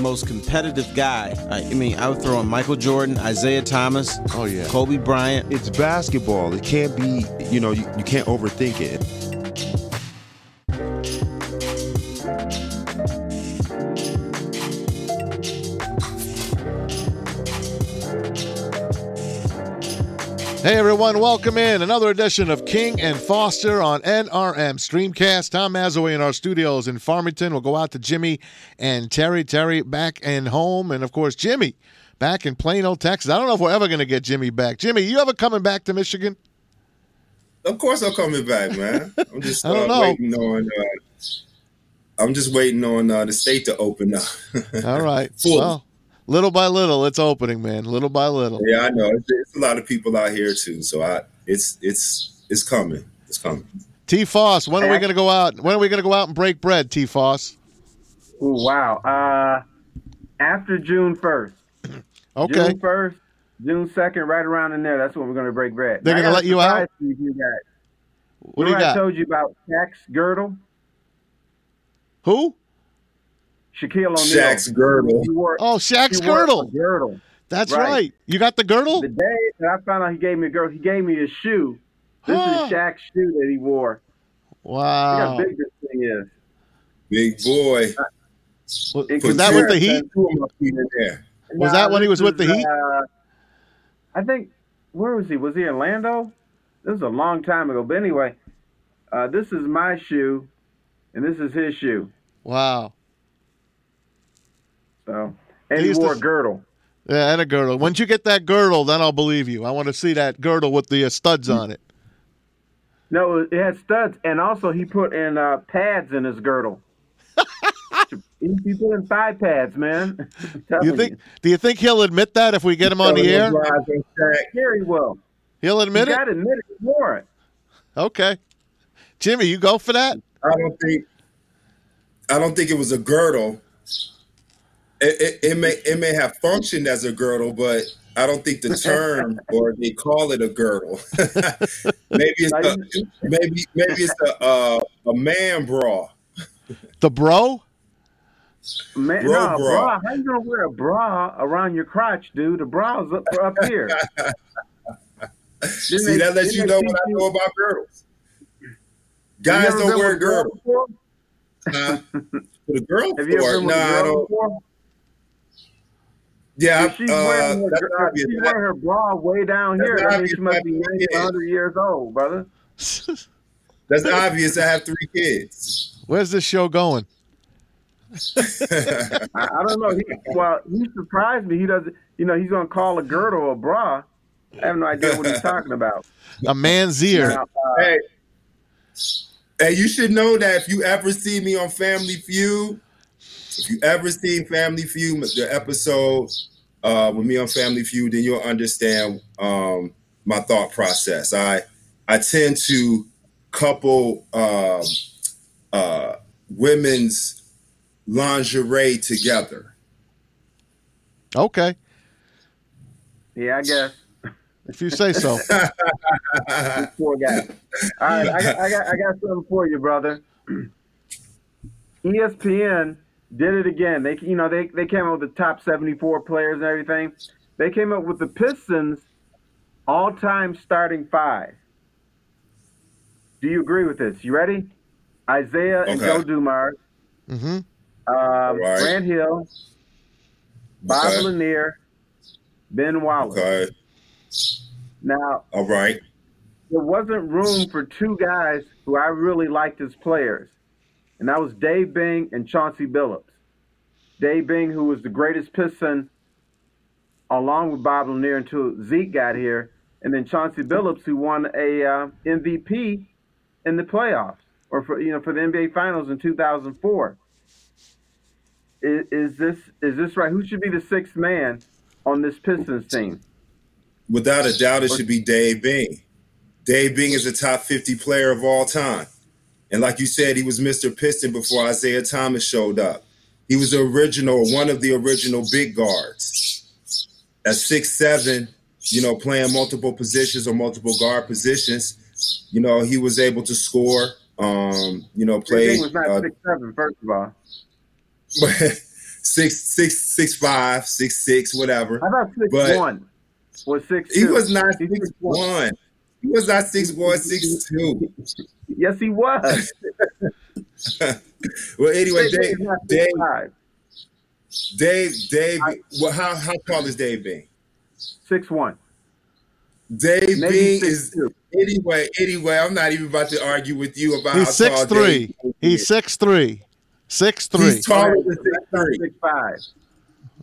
most competitive guy. I I mean, I would throw in Michael Jordan, Isaiah Thomas, Oh, yeah. Kobe Bryant. It's basketball. It can't be, you know, you, you can't overthink it. Hey everyone, welcome in another edition of King and Foster on NRM Streamcast. Tom Mazaway in our studios in Farmington. We'll go out to Jimmy and Terry. Terry back and home, and of course Jimmy back in Plano, Texas. I don't know if we're ever going to get Jimmy back. Jimmy, you ever coming back to Michigan? Of course, I'm coming back, man. I'm just I uh, don't know. waiting on. Uh, I'm just waiting on uh, the state to open up. All right. Full. Well, little by little, it's opening, man. Little by little. yeah, I know. It's, it's a lot of people out here too, so I it's it's it's coming. It's coming. T. Foss, when are we going to go out? When are we going to go out and break bread, T. Foss? Ooh, wow. Uh, after June first. Okay. June first, June second, right around in there. That's when we're gonna break bread. They're I gonna got a let you surprise out? for You guys. What do you Remember I got? told you about Shaq's girdle, Who? Shaquille O'Neal. Shaq's girdle. He wore- Oh, he Shaq's wore a girdle. Girdle. That's Right. right. You got the girdle? The day that I found out he gave me a girdle, he gave me a shoe. This Huh. is Shaq's shoe that he wore. Look Wow. how big this thing is. Big boy. Was, It was Put could that two- with the Heat? Two of my feet in there. Was that when he was this with the is, Heat? uh, I think. Where was he? Was he in Orlando? This is a long time ago. But anyway, uh, this is my shoe, and this is his shoe. Wow. So, and They he used wore to- a girdle. Yeah, and a girdle. Once you get that girdle, then I'll believe you. I want to see that girdle with the uh, studs on it. No, it had studs, and also he put in uh, pads in his girdle. he he put in thigh pads, man. I'm telling You think? Do you think he'll admit that if we get him on the air? Those lies on Shaq. Very well. He'll You admit it. got to admit it. He wore it. Okay. Jimmy, you go for that. I don't think I don't think it was a girdle. It, it, it may it may have functioned as a girdle, but I don't think the term or they call it a girdle. maybe it's a, maybe maybe it's a uh, a man bra. The bro. Man, Bro no, bra. a bra. How you gonna wear a bra around your crotch, dude? The bra's up up here. See that lets you know what I know about girdles. Guys don't wear girdles. Huh? To the girl Have you ever store? Nah, been with a I girl don't. before? Yeah, If she's I- uh, wearing, her, that's bra- gotta if be a she's bad- wearing her bra way down That's here. gotta I mean, be she a must bad be idea. 90, 100 years old, brother. that's obvious. I have three kids. Where's this show going? I, I don't know. He, well, he surprised me. He doesn't. You know, he's gonna call a girdle a bra. I have no idea what he's talking about. A man's ear. Now, uh, Hey. Hey, you should know that if you ever see me on Family Feud, if you ever seen Family Feud, the episode uh, with me on Family Feud, then you'll understand um, my thought process. I I tend to couple um, uh, women's lingerie together. Okay. yeah, I guess. If you say so. poor guy. All right, I, got- I got I got something for you, brother. E ESPN did it again. They you know they they came up with the top 74 players and everything. They came up with the Pistons all-time starting five. Do you agree with this? You ready? Isaiah and Okay. Joe Dumars, Mm-hmm. um, right. Grant Hill, Bob Okay. Lanier, Ben Wallace. Okay. Now All right. there wasn't room for two guys who I really liked as players, and that was Dave Bing and Chauncey Billups. Dave Bing, who was the greatest Piston, along with Bob Lanier until Zeke got here, and then Chauncey Billups, who won a uh, MVP in the playoffs or for you know for the NBA Finals in 2004. I- Is, this is this right? Who should be the sixth man on this Pistons team? Without a doubt, it should be Dave Bing. Dave Bing is a top 50 player of all time. And like you said, he was Mr. Piston before Isaiah Thomas showed up. He was the original, one of the original big guards. At six seven, you know, playing multiple positions or multiple guard positions, you know, he was able to score. Um, you know, Dave play Bing was not uh, six seven, first of all. six six six five, six six, whatever. I thought six But- one or six. He was not He's six 6'1". one. He was not six one, six two. Yes, he was. Well, anyway, Six Dave, is not Dave, 6'5". Dave, Dave. Well, how how tall is Dave Bean? Six one. Dave Maybe Bean six is two. anyway. Anyway, I'm not even about to argue with you about He's how six tall three. Dave Bean He's is. six three. Six three. He's taller than six three. Six five.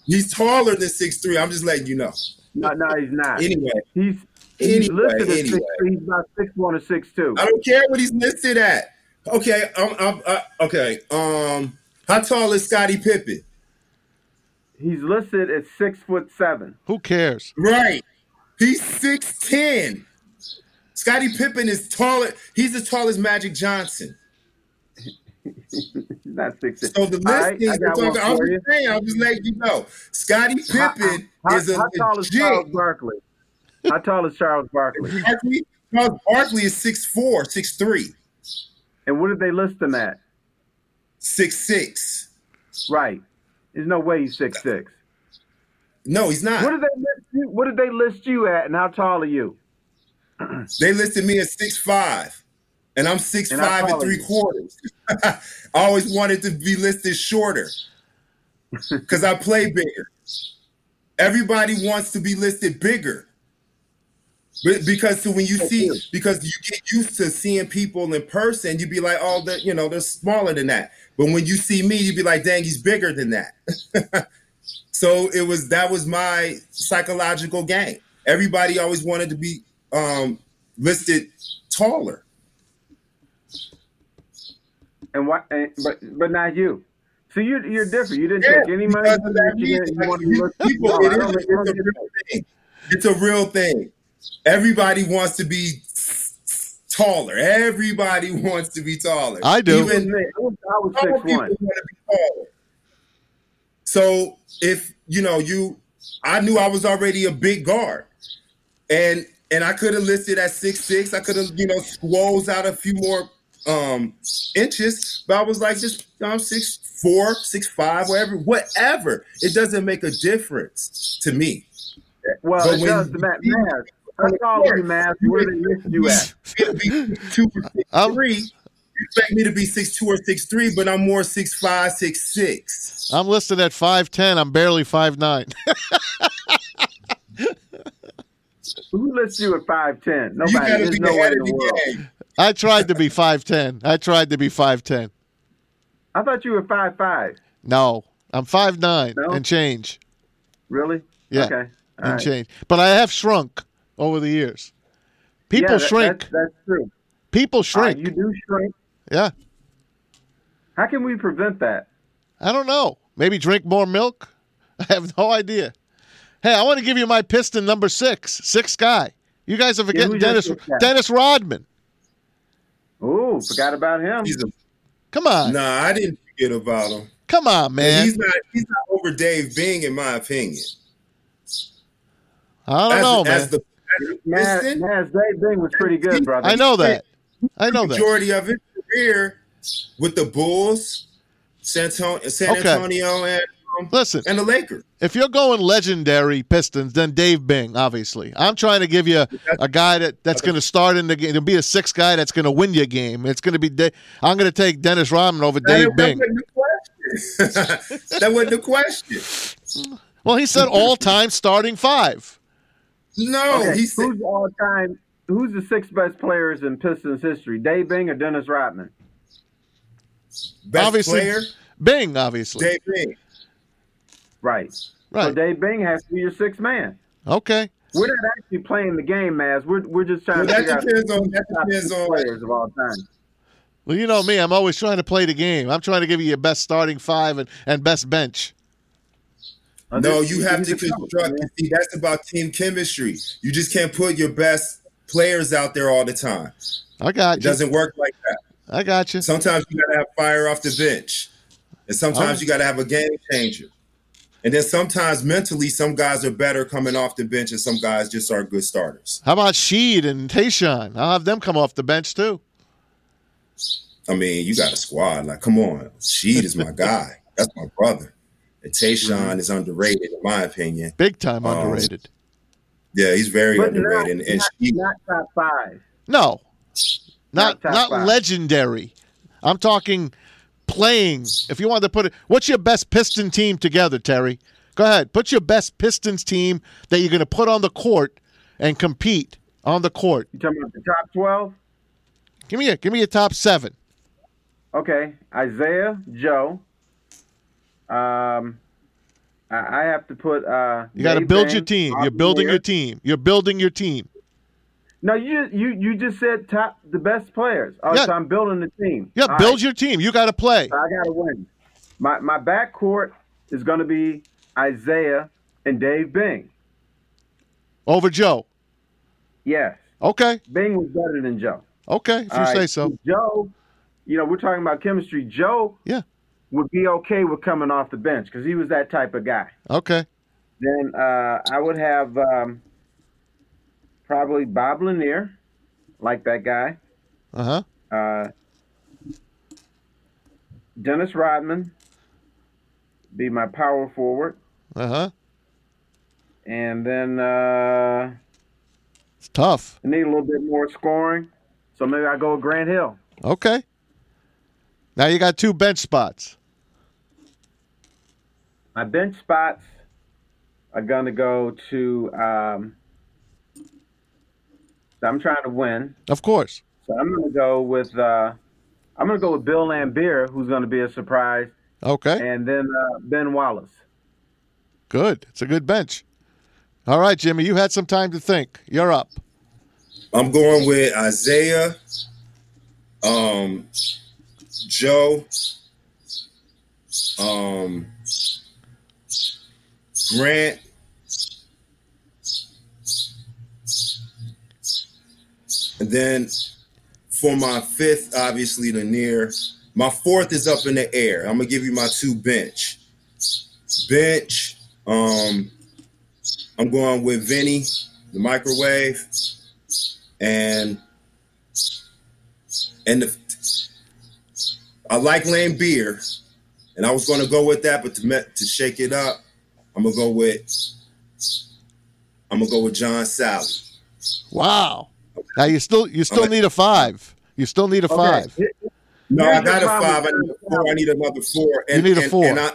He's taller than six three. I'm just letting you know. No, no, he's not. Anyway, He's he's Anyway, listed as anyway. six. He's about six one or six two. I don't care what he's listed at. Okay, I'm, I'm I, okay. Um, how tall is Scottie Pippen? He's listed as six foot seven. Who cares? Right, he's six ten. Scottie Pippen is taller. He's as tall as Magic Johnson. He's not six. So the All right, listings I got are one talking. I'm for you. just saying. I'm just letting you know. Scottie How- Pippen how- is a how tall is Charles legit. Barkley? How tall is Charles Barkley? Barkley, Charles Barkley is 6'4", 6'3", And what did they list him at? 6'6". Right. There's no way he's six six. No, he's not. What did they list you? What did they list you at? And how tall are you? They listed me as six five, and I'm six And I five and follow three you. quarters. I always wanted to be listed shorter because I play bigger. Everybody wants to be listed bigger. Be- Because so when you see, because you get used to seeing people in person, you'd be like, oh, they're, you know, they're smaller than that. But when you see me, you'd be like, dang, he's bigger than that. so it was that was my psychological game. Everybody always wanted to be um, listed taller. And what? And, but but not you. So you you're different. You didn't take any money. because of that You reason. didn't- you Like, wanted to you- look- people, No, it I is- don't it's think- a real thing. It's a real thing. Everybody wants to be s- s- taller. Everybody wants to be taller. I do. I Even was, I was all six people one. want to be taller. So if you know you, I knew I was already a big guard, and and I could have listed at six six. I could have you know swole out a few more um inches, but I was like just you know, I'm six four, six five, whatever, whatever. It doesn't make a difference to me. Well, But it when does the you math. see- Maz, How tall are you, Maz? Where did they list you at? It'd be two or six I'm- three. You expect me to be six two or six three, but I'm more six five, six six. I'm listed at five ten. I'm barely five nine. Who lists you at five ten? You Nobody. gotta There's be no the way head in of the the world. game. I tried to be five ten. I tried to be five ten. I thought you were five five. No, I'm five nine No? and change Really? Yeah. Okay. All and right. change. But I have shrunk over the years. People Yeah, that- shrink. That's, that's true. People All right, shrink. you do shrink. yeah. How can we prevent that? I don't know. Maybe drink more milk. I have no idea. Hey, I want to give you my piston number six, six guy. You guys are forgetting who's your Dennis sixth guy? Dennis Rodman. Ooh, forgot about him. He's a, Come on, nah, I didn't forget about him. come on, man. He's not he's not over Dave Bing in my opinion. I don't As- know, man. as the- as the Maz, Piston, Maz Dave Bing was pretty good, brother. I know that. I know that. majority of his career with the Bulls, San, Anton- San Okay. Antonio, and um, Listen, and the Lakers. if you're going legendary Pistons, then Dave Bing, obviously. I'm trying to give you a guy that, that's going to start in the game, to be a six guy that's going to win your game. It's going to be. Da- I'm going to take Dennis Rodman over Dave that, Bing. wasn't the question. that wasn't the question. Well, he said all time starting five. No, Okay, he said who's all time? Who's the six best players in Pistons history? Dave Bing or Dennis Rodman? best obviously, player, Bing, obviously. Dave Bing. Right. So Right. Dave Bing has to be your sixth man. okay. We're not actually playing the game, Maz. We're we're just trying Well, that to figure out the depends on that top depends six on players of all time. Well, you know me. I'm always trying to play the game. I'm trying to give you your best starting five and, and best bench. Uh, No, this- you have he's to a coach, construct. man. See, that's about team chemistry. You just can't put your best players out there all the time. I got It you. doesn't work like that. I got you. Sometimes you gotta have fire off the bench, and sometimes Oh. you gotta have a game changer. And then sometimes mentally, some guys are better coming off the bench, and some guys just are good starters. How about Sheed and Tayshawn? I'll have them come off the bench too. I mean, you got a squad. Like, come on, Sheed is my guy. That's my brother. And Tayshawn Mm-hmm. is underrated, in my opinion. Big time Um, underrated. Yeah, he's very But underrated. not, and and not, she, not top five. No, not Not top not five. legendary. I'm talking playing. If you wanted to put it, what's your best Piston team together, Terry? Go ahead. Put your best Pistons team that you're going to put on the court and compete on the court. You talking about the top twelve? Give me a give me a top seven. Okay, Isaiah, Joe. Um, I, I have to put. Uh, You got to Dave build Bing, your team. You're Bobby building Ware. your team. You're building your team. No, you you you just said top the best players. Oh, Yeah. so I'm building the team. Yeah, All build right, your team. You got to play. so I gotta win. My my backcourt is gonna be Isaiah and Dave Bing. Over Joe. Yes, Okay. Bing was better than Joe. Okay. If you All right, say so. Joe, you know we're talking about chemistry. Joe Yeah. would be okay with coming off the bench because he was that type of guy. Okay. Then uh, I would have um, probably Bob Lanier, like that guy. Uh huh. Uh, Dennis Rodman be my power forward, Uh huh. and then uh, It's tough. I need a little bit more scoring, so maybe I go with Grant Hill. Okay. Now you got two bench spots. My bench spots are gonna go to. Um, so I'm trying to win. Of course. So I'm gonna go with uh, I'm gonna go with Bill Lambier, who's gonna be a surprise, Okay. and then uh, Ben Wallace. Good. It's a good bench. All right, Jimmy, you had some time to think. You're up. I'm going with Isaiah, um, Joe, um, Grant, and then for my fifth, obviously Lanier. My fourth is up in the air. I'm gonna give you my two bench. Bench. Um, I'm going with Vinny, the microwave and and the, I like lame beer, and I was going to go with that, but to me, to shake it up, I'm gonna go with I'm gonna go with John Sally. Wow. Now you still you still Okay. need a five. You still need a five. Okay. No, Here's I got the a problem five. I with need a four. I need another four. And, need a and- four. And I,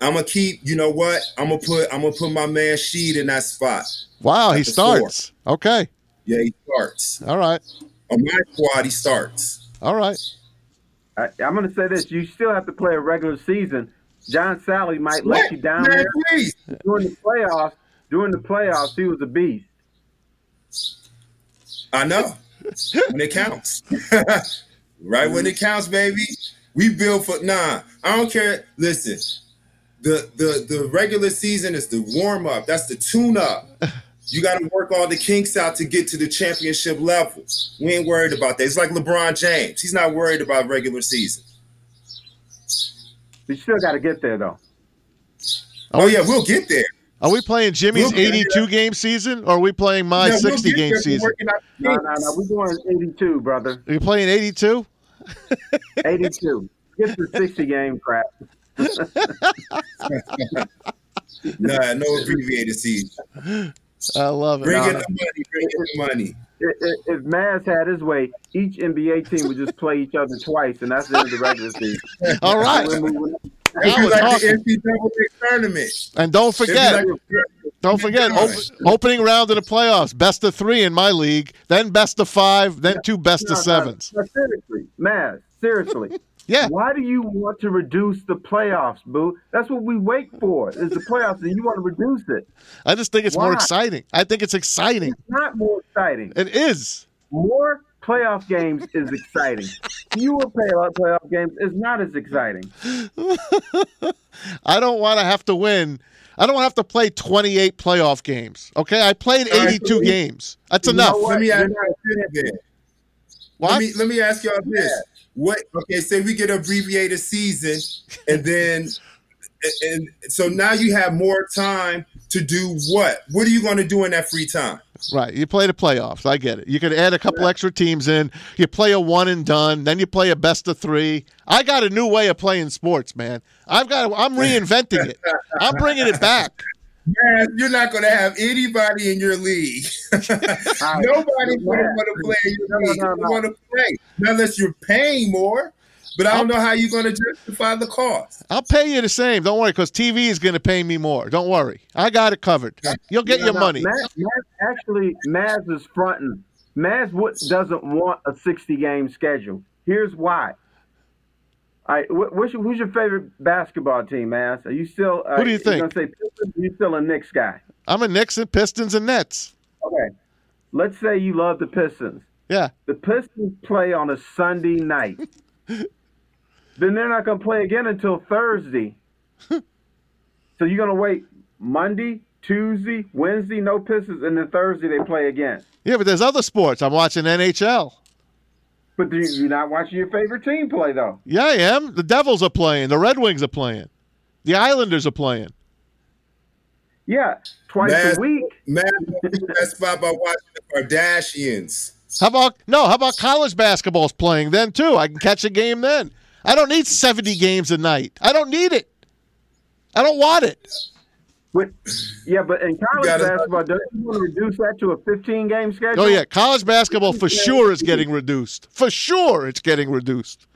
I'm gonna keep. You know what? I'm gonna put. I'm gonna put my man Sheed in that spot. Wow, he That's a four. starts. Okay. Yeah, he starts All right. on my squad. He starts. All right. I, I'm gonna say this: you still have to play a regular season. John Sally might let What? you down Man, there please. during the playoffs. During the playoffs, he was a beast. I know. when it counts. right when it counts, baby. We build for nah. I don't care. Listen, the the the regular season is the warm up. That's the tune up. You got to work all the kinks out to get to the championship level. We ain't worried about that. It's like LeBron James. He's not worried about regular season. But you still got to get there, though. Oh yeah, we'll get there. Are we playing Jimmy's We'll get 82 game season or are we playing my Yeah, we'll 60 get game there from season? working out the No, no, kinks. no. We're going 82, brother. Are you playing 82? 82. Get the 60 game crap. Nah, no abbreviated season. I love it. Bring in no. the money. Bring in the money. If, if- if Maz had his way, each NBA team would just play each other twice, and that's the end of the regular season. All right. We're moving on. It'd be was like awesome. the NCAA tournament. And don't It'd be forget, like- Don't forget All op- right. opening round of the playoffs, best of three in my league, then best of five, then two best No, of no, sevens. no, seriously, Maz, seriously. Yeah, Why do you want to reduce the playoffs, boo? That's what we wait for. Is the playoffs, and you want to reduce it? I just think it's more Why? exciting. I think it's exciting. It's not more exciting. It is. More playoff games is exciting. Fewer playoff playoff games is not as exciting. I don't want to have to win. I don't have to play 28 playoff games. Okay, I played All right, 82 so- games. That's You know enough. what? Let me You're ask not y'all this then. Let What? me, let me ask y'all this. What okay, say we get abbreviated season and then and so now you have more time to do what? What are you going to do in that free time? Right. You play the playoffs. I get it. You could add a couple extra teams in. You play a one and done. Then you play a best of three. I got a new way of playing sports, man. I've got. I'm reinventing it. I'm bringing it back. Man, you're not going to have anybody in your league. Nobody's going to want to play in your No, no, league. no, You no. want to play Not unless you're paying more. But I don't know how you're going to justify the cost. I'll pay you the same. Don't worry, because TV is going to pay me more. Don't worry. I got it covered. You'll get your Now, money. Maz, Maz- actually, Maz is fronting. Maz Wood doesn't want a 60 game schedule. Here's why. All right, wh- what's your, who's your favorite basketball team, Maz? Are you still? Uh, Who do you think? Going to say Pistons? or You still a Knicks guy? I'm a Knicks and Pistons and Nets. Okay. Let's say you love the Pistons. Yeah. The Pistons play on a Sunday night. then they're not going to play again until Thursday. so you're going to wait Monday, Tuesday, Wednesday, no Pistons, and then Thursday they play again. Yeah, but there's other sports. I'm watching NHL. But do you, you're not watching your favorite team play though. Yeah, I am. The Devils are playing. The Red Wings are playing. The Islanders are playing. Yeah, twice That's- a week. Man, that's spot by watching the Kardashians. How about no? How about college basketball's playing then too? I can catch a game then. I don't need 70 games a night. I don't need it. I don't want it. But, yeah, but in college gotta- basketball, don't you want to reduce that to a 15 game schedule? Oh yeah, college basketball for sure is getting reduced. For sure, it's getting reduced.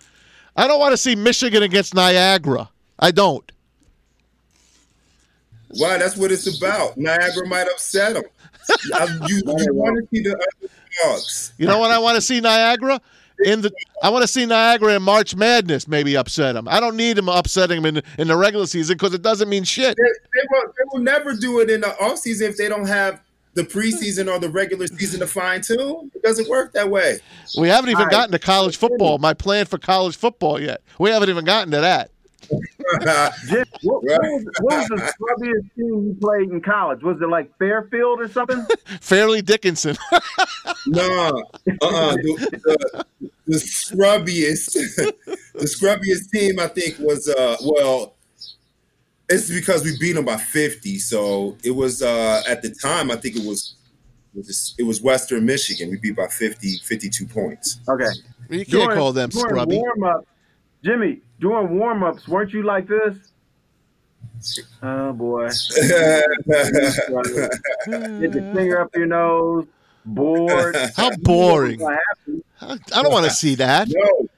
I don't want to see Michigan against Niagara. I don't. Why? That's what it's about. Niagara might upset them. you want to see the underdogs. You know what I want to see Niagara in the. I want to see Niagara in March Madness. Maybe upset them. I don't need them upsetting them in, in the regular season because it doesn't mean shit. They, they will, they will never do it in the offseason if they don't have the preseason or the regular season to fine tune. It doesn't work that way. We haven't even All right. gotten to college football. My plan for college football yet. We haven't even gotten to that. Jim, what, Right. what, was, what was the scrubbiest team you played in college? Was it like Fairfield or something? Fairleigh Dickinson. Nah, uh-uh. The, the, the scrubbiest, the scrubbiest team I think was uh well, it's because we beat them by fifty. So it was uh at the time I think it was it was- it was Western Michigan. We beat by 50, 52 points. Okay. you can't During- call them during scrubby. Warm up, Jimmy. During warm ups, weren't you like this? Oh boy, get your finger up your nose, bored. How boring. What's gonna happen? I I don't want to see that. No,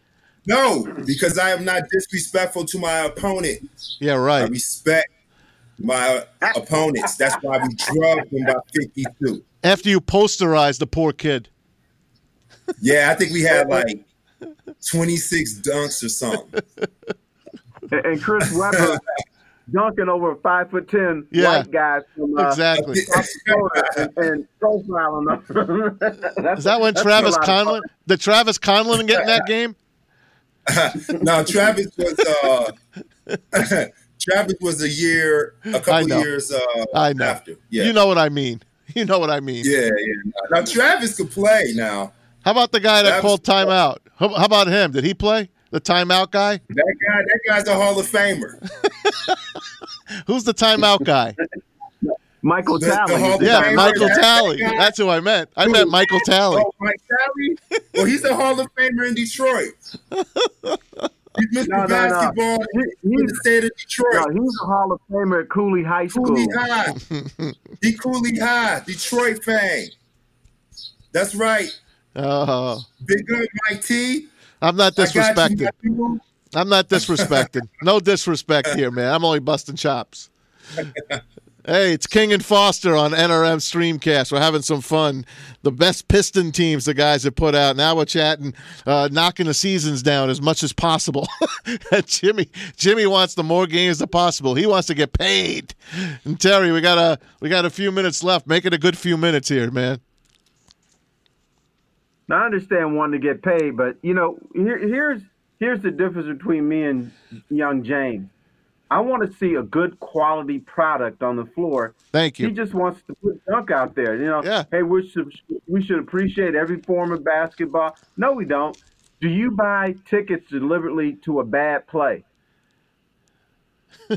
no, because I am not disrespectful to my opponent. Yeah, I right. respect my opponents. That's why we drugged them by 52. After you posterize the poor kid. Yeah, I think we had like 26 dunks or something. And- And Chris Webber dunking over a five foot ten Yeah. white guy from uh, Exactly. South Dakota and, and profiling them. That's- Is that when that's Travis a lot of Conlon? fun. Did Travis Conlon get in that game? no, Travis was uh Travis was a year, a couple know. years uh I know. after. Yeah. You know what I mean. You know what I mean. yeah, yeah. Now Travis could play now. How about the guy that Travis- called timeout? How, how about him? Did he play? The timeout guy? That guy, that guy's a Hall of Famer. Who's the timeout guy? Michael The- the Hall of Talley. Yeah, Famer. Michael That's the Talley. guy. That's who I meant. I meant Michael Talley. Oh, Mike Talley? Well, he's a Hall of Famer in Detroit. He's Mr. No, no, no. Basketball He- in the he's- state of Detroit. No, he's a Hall of Famer at Cooley High School. Cooley High. he Cooley High, Detroit fame. That's right. Oh, Big up, Mike T. I'm not I got you, disrespected. my dude. I'm not disrespected. No disrespect here, man. I'm only busting chops. Hey, it's King and Foster on NRM Streamcast. We're having some fun. The best Piston teams the guys have put out. Now we're chatting, uh, knocking the seasons down as much as possible. Jimmy, Jimmy wants the more games the possible. He wants to get paid. And Terry, we got a we got a few minutes left. Make it a good few minutes here, man. Now, I understand wanting to get paid, but you know, here, here's here's the difference between me and Young James. I want to see a good quality product on the floor. Thank He you. just wants to put dunk out there. You know, Yeah. hey, we should we should appreciate every form of basketball. No, we don't. Do you buy tickets deliberately to a bad play? Go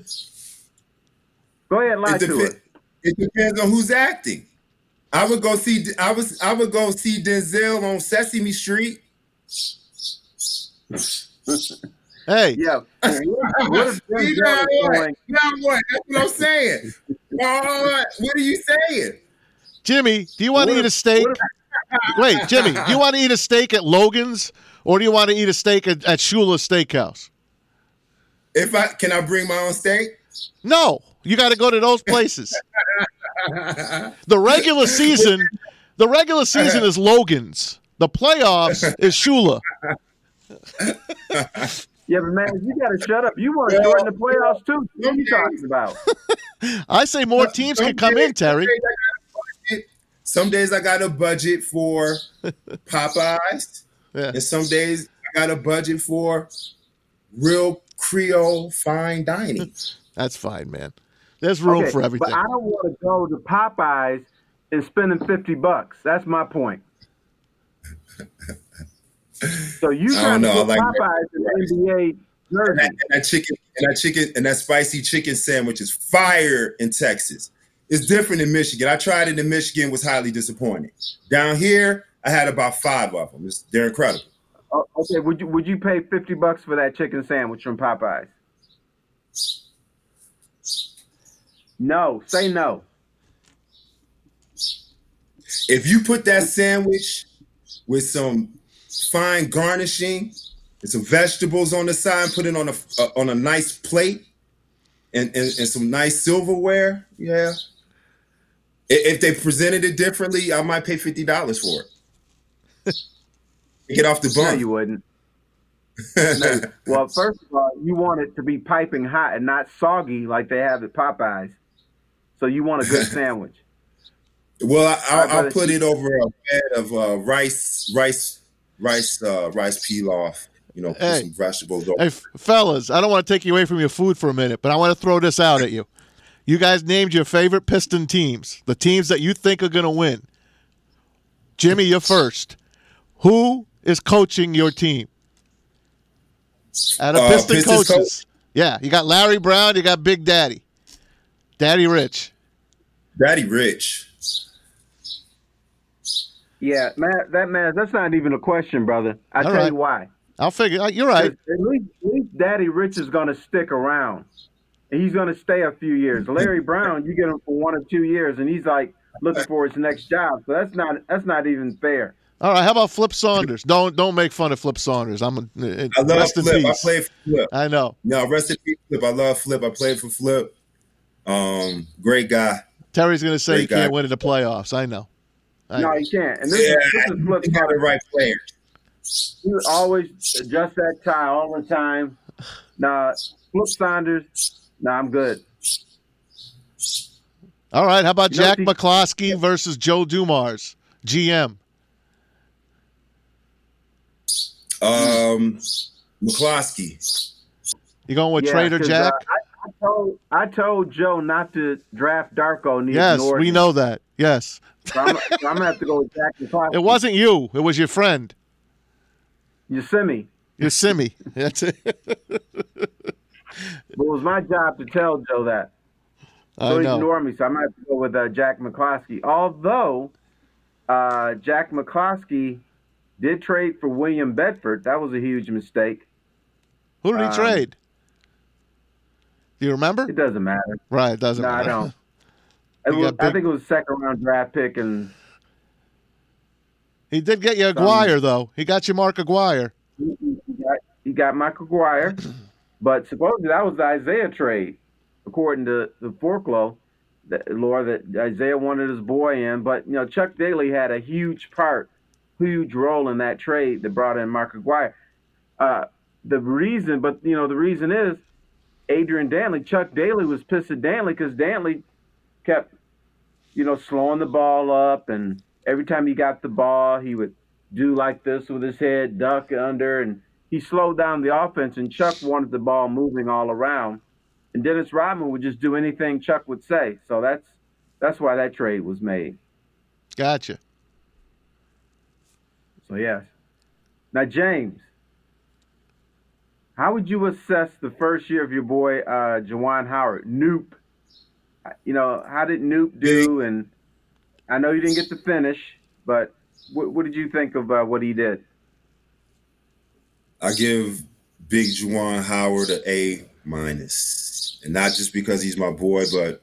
ahead and lie It, to depe- it. it depends on who's acting. I would go see I was I would go see Denzel on Sesame Street. Hey, Yeah. What if See, Denzel now is what? going- Now what? That's what I'm saying. Now what? What are you saying? Jimmy, do you want to What eat if- a steak? what Wait, Jimmy, do you want to eat a steak at Logan's or do you want to eat a steak at, at Shula's Steakhouse? If I can I bring my own steak? No, you got to go to those places. the regular season, the regular season is Logan's. The playoffs is Shula. Yeah, but man, you got to shut up. You want to Well, join the playoffs too. What are you okay. talking about? I say more teams Some can come days- in, Terry. Some days, I got a budget- some days I got a budget for Popeyes, Yeah. and some days I got a budget for real Creole fine dining. That's fine, man. There's room Okay, for everything. But I don't want to go to Popeyes and spending fifty bucks. That's my point. So you I trying don't know, to I get like Popeyes an NBA And jersey? that, and that chicken and that chicken and that spicy chicken sandwich is fire in Texas. It's different in Michigan. I tried it in Michigan, was highly disappointed. Down here, I had about five of them. It's, they're incredible. Oh, Okay, would you would you pay fifty bucks for that chicken sandwich from Popeyes? No, say no. If you put that sandwich with some fine garnishing and some vegetables on the side, and put it on a uh, on a nice plate, and, and and some nice silverware, yeah. I- If they presented it differently, I might pay fifty dollars for it. Get off the No, bun. you wouldn't. No. Well, first of all, you want it to be piping hot and not soggy like they have at Popeyes. So you want a good sandwich. Well, I, I'd I'll, I'll rather put see- it over a bed of uh, rice, rice, rice, uh, rice pilaf. You know, put Hey. some vegetables. Over. Hey, f- fellas, I don't want to take you away from your food for a minute, but I want to throw this out at you. You guys named your favorite Piston teams, the teams that you think are going to win. Jimmy, you're first. Who is coaching your team? Out of Uh, Piston Pistons coaches. Yeah, you got Larry Brown, you got Big Daddy. Daddy Rich. Daddy Rich. Yeah, Matt, that man, that's not even a question, brother. I All tell right. you why. I'll figure out. You're right. At least, at least Daddy Rich is going to stick around. He's going to stay a few years. Larry Brown, you get him for one or two years, and he's like looking for his next job. So that's not that's not even fair. All right. How about Flip Saunders? Don't don't make fun of Flip Saunders. I'm a, I love rest in Flip. I peace. played for Flip. I know. No, rest in peace, Flip. I love Flip. I played for Flip. Um, great guy. Terry's going to say Great you can't guy. win in the playoffs. I know. I No, know. you can't. And this, Yeah, is this is you Flip's got the right player. He would always adjust that tie all the time. Nah, Flip Saunders. Nah, I'm good. All right. How about You know, Jack the- McCloskey versus Joe Dumars, GM? Um, McCloskey. You going with Yeah, Trader 'cause, uh, Jack? I, I, told, I told Joe not to draft Darko. Needs yes, an we Oregon. know that. Yes, So I'm, so I'm gonna have to go with Jack McCloskey. it wasn't you. It was your friend, Yosemite. your Simi. That's it. But it was my job to tell Joe that. So I he know. ignored me, so I might have to go with uh, Jack McCloskey. Although uh, Jack McCloskey did trade for William Bedford. That was a huge mistake. Who did he um, trade? Do you It remember? doesn't matter. Right. It doesn't No, I matter. don't. It You was, got I big- think it was a second round draft pick, and He did get you Aguirre though. He got you Mark Aguirre. he got, he got Michael Guire. but supposedly that was the Isaiah trade, according to the Forklow, that Laura that Isaiah wanted his boy in. But you know, Chuck Daly had a huge part, huge role in that trade that brought in Michael Guire. Uh, the reason, but you know, the reason is Adrian Danley. Chuck Daly was pissed at Danley because Danley kept, you know, slowing the ball up, and every time he got the ball, he would do like this with his head, duck under, and he slowed down the offense. And Chuck wanted the ball moving all around, and Dennis Rodman would just do anything Chuck would say. So that's that's why that trade was made. Gotcha. So yes. Now James, How would you assess the first year of your boy uh, Jawan Howard? Noop. You know, how did Noop do? And I know you didn't get to finish, but what, what did you think of uh, what he did? I give Big Juwan Howard a A minus, and not just because he's my boy, but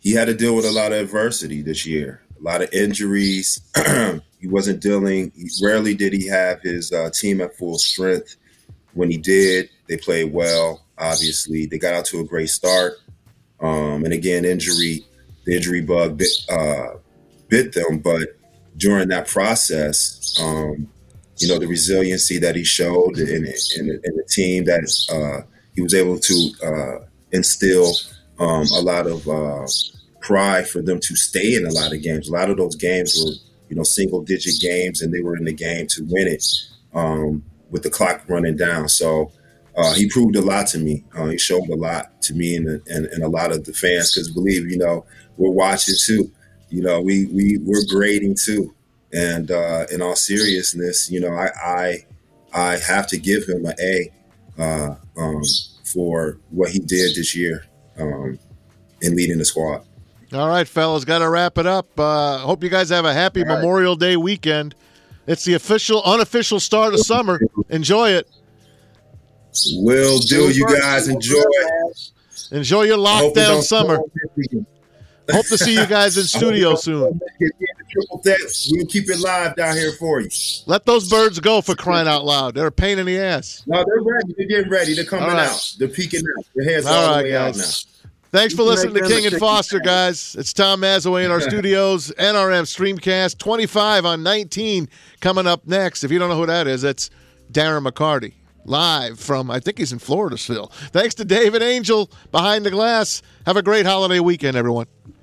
he had to deal with a lot of adversity this year, a lot of injuries. he wasn't dealing. He, rarely did he have his uh, team at full strength. When he did, they played well. Obviously, they got out to a great start, um, and again, injury, the injury bug bit, uh, bit them. But during that process, um, you know the resiliency that he showed in, in, in the team that uh, he was able to uh, instill um, a lot of uh, pride for them to stay in a lot of games. A lot of those games were you know single digit games, and they were in the game to win it um, with the clock running down. So. uh, he proved a lot to me. Uh, he showed a lot to me and, and, and a lot of the fans because believe you know we're watching too. You know we we we're grading too and uh, in all seriousness, you know, I, I I have to give him an A uh, um, for what he did this year um, in leading the squad. All right, fellas, got to wrap it up. Uh, hope you guys have a happy All right. Memorial Day weekend. It's the official, unofficial start of summer. Enjoy it. Will do. You guys enjoy. Enjoy your I hope it lockdown don't summer. snow this weekend. Hope to see you guys in studio soon. Yeah, the triple threat. We'll keep it live down here for you. Let those birds go for crying out loud. They're a pain in the ass. No, they're ready. They're getting ready. They're coming All right. out. They're peeking out. Their heads all, All the right, way out now. guys. Thanks for You can listening make to them King a and chicken Foster, sandwich. guys. It's Tom Mazaway in our studios, NRM Streamcast 25 on 19 coming up next. If you don't know who that is, that's Darren McCarty, live from, I think he's in Florida still. Thanks to David Angel behind the glass. Have a great holiday weekend, everyone.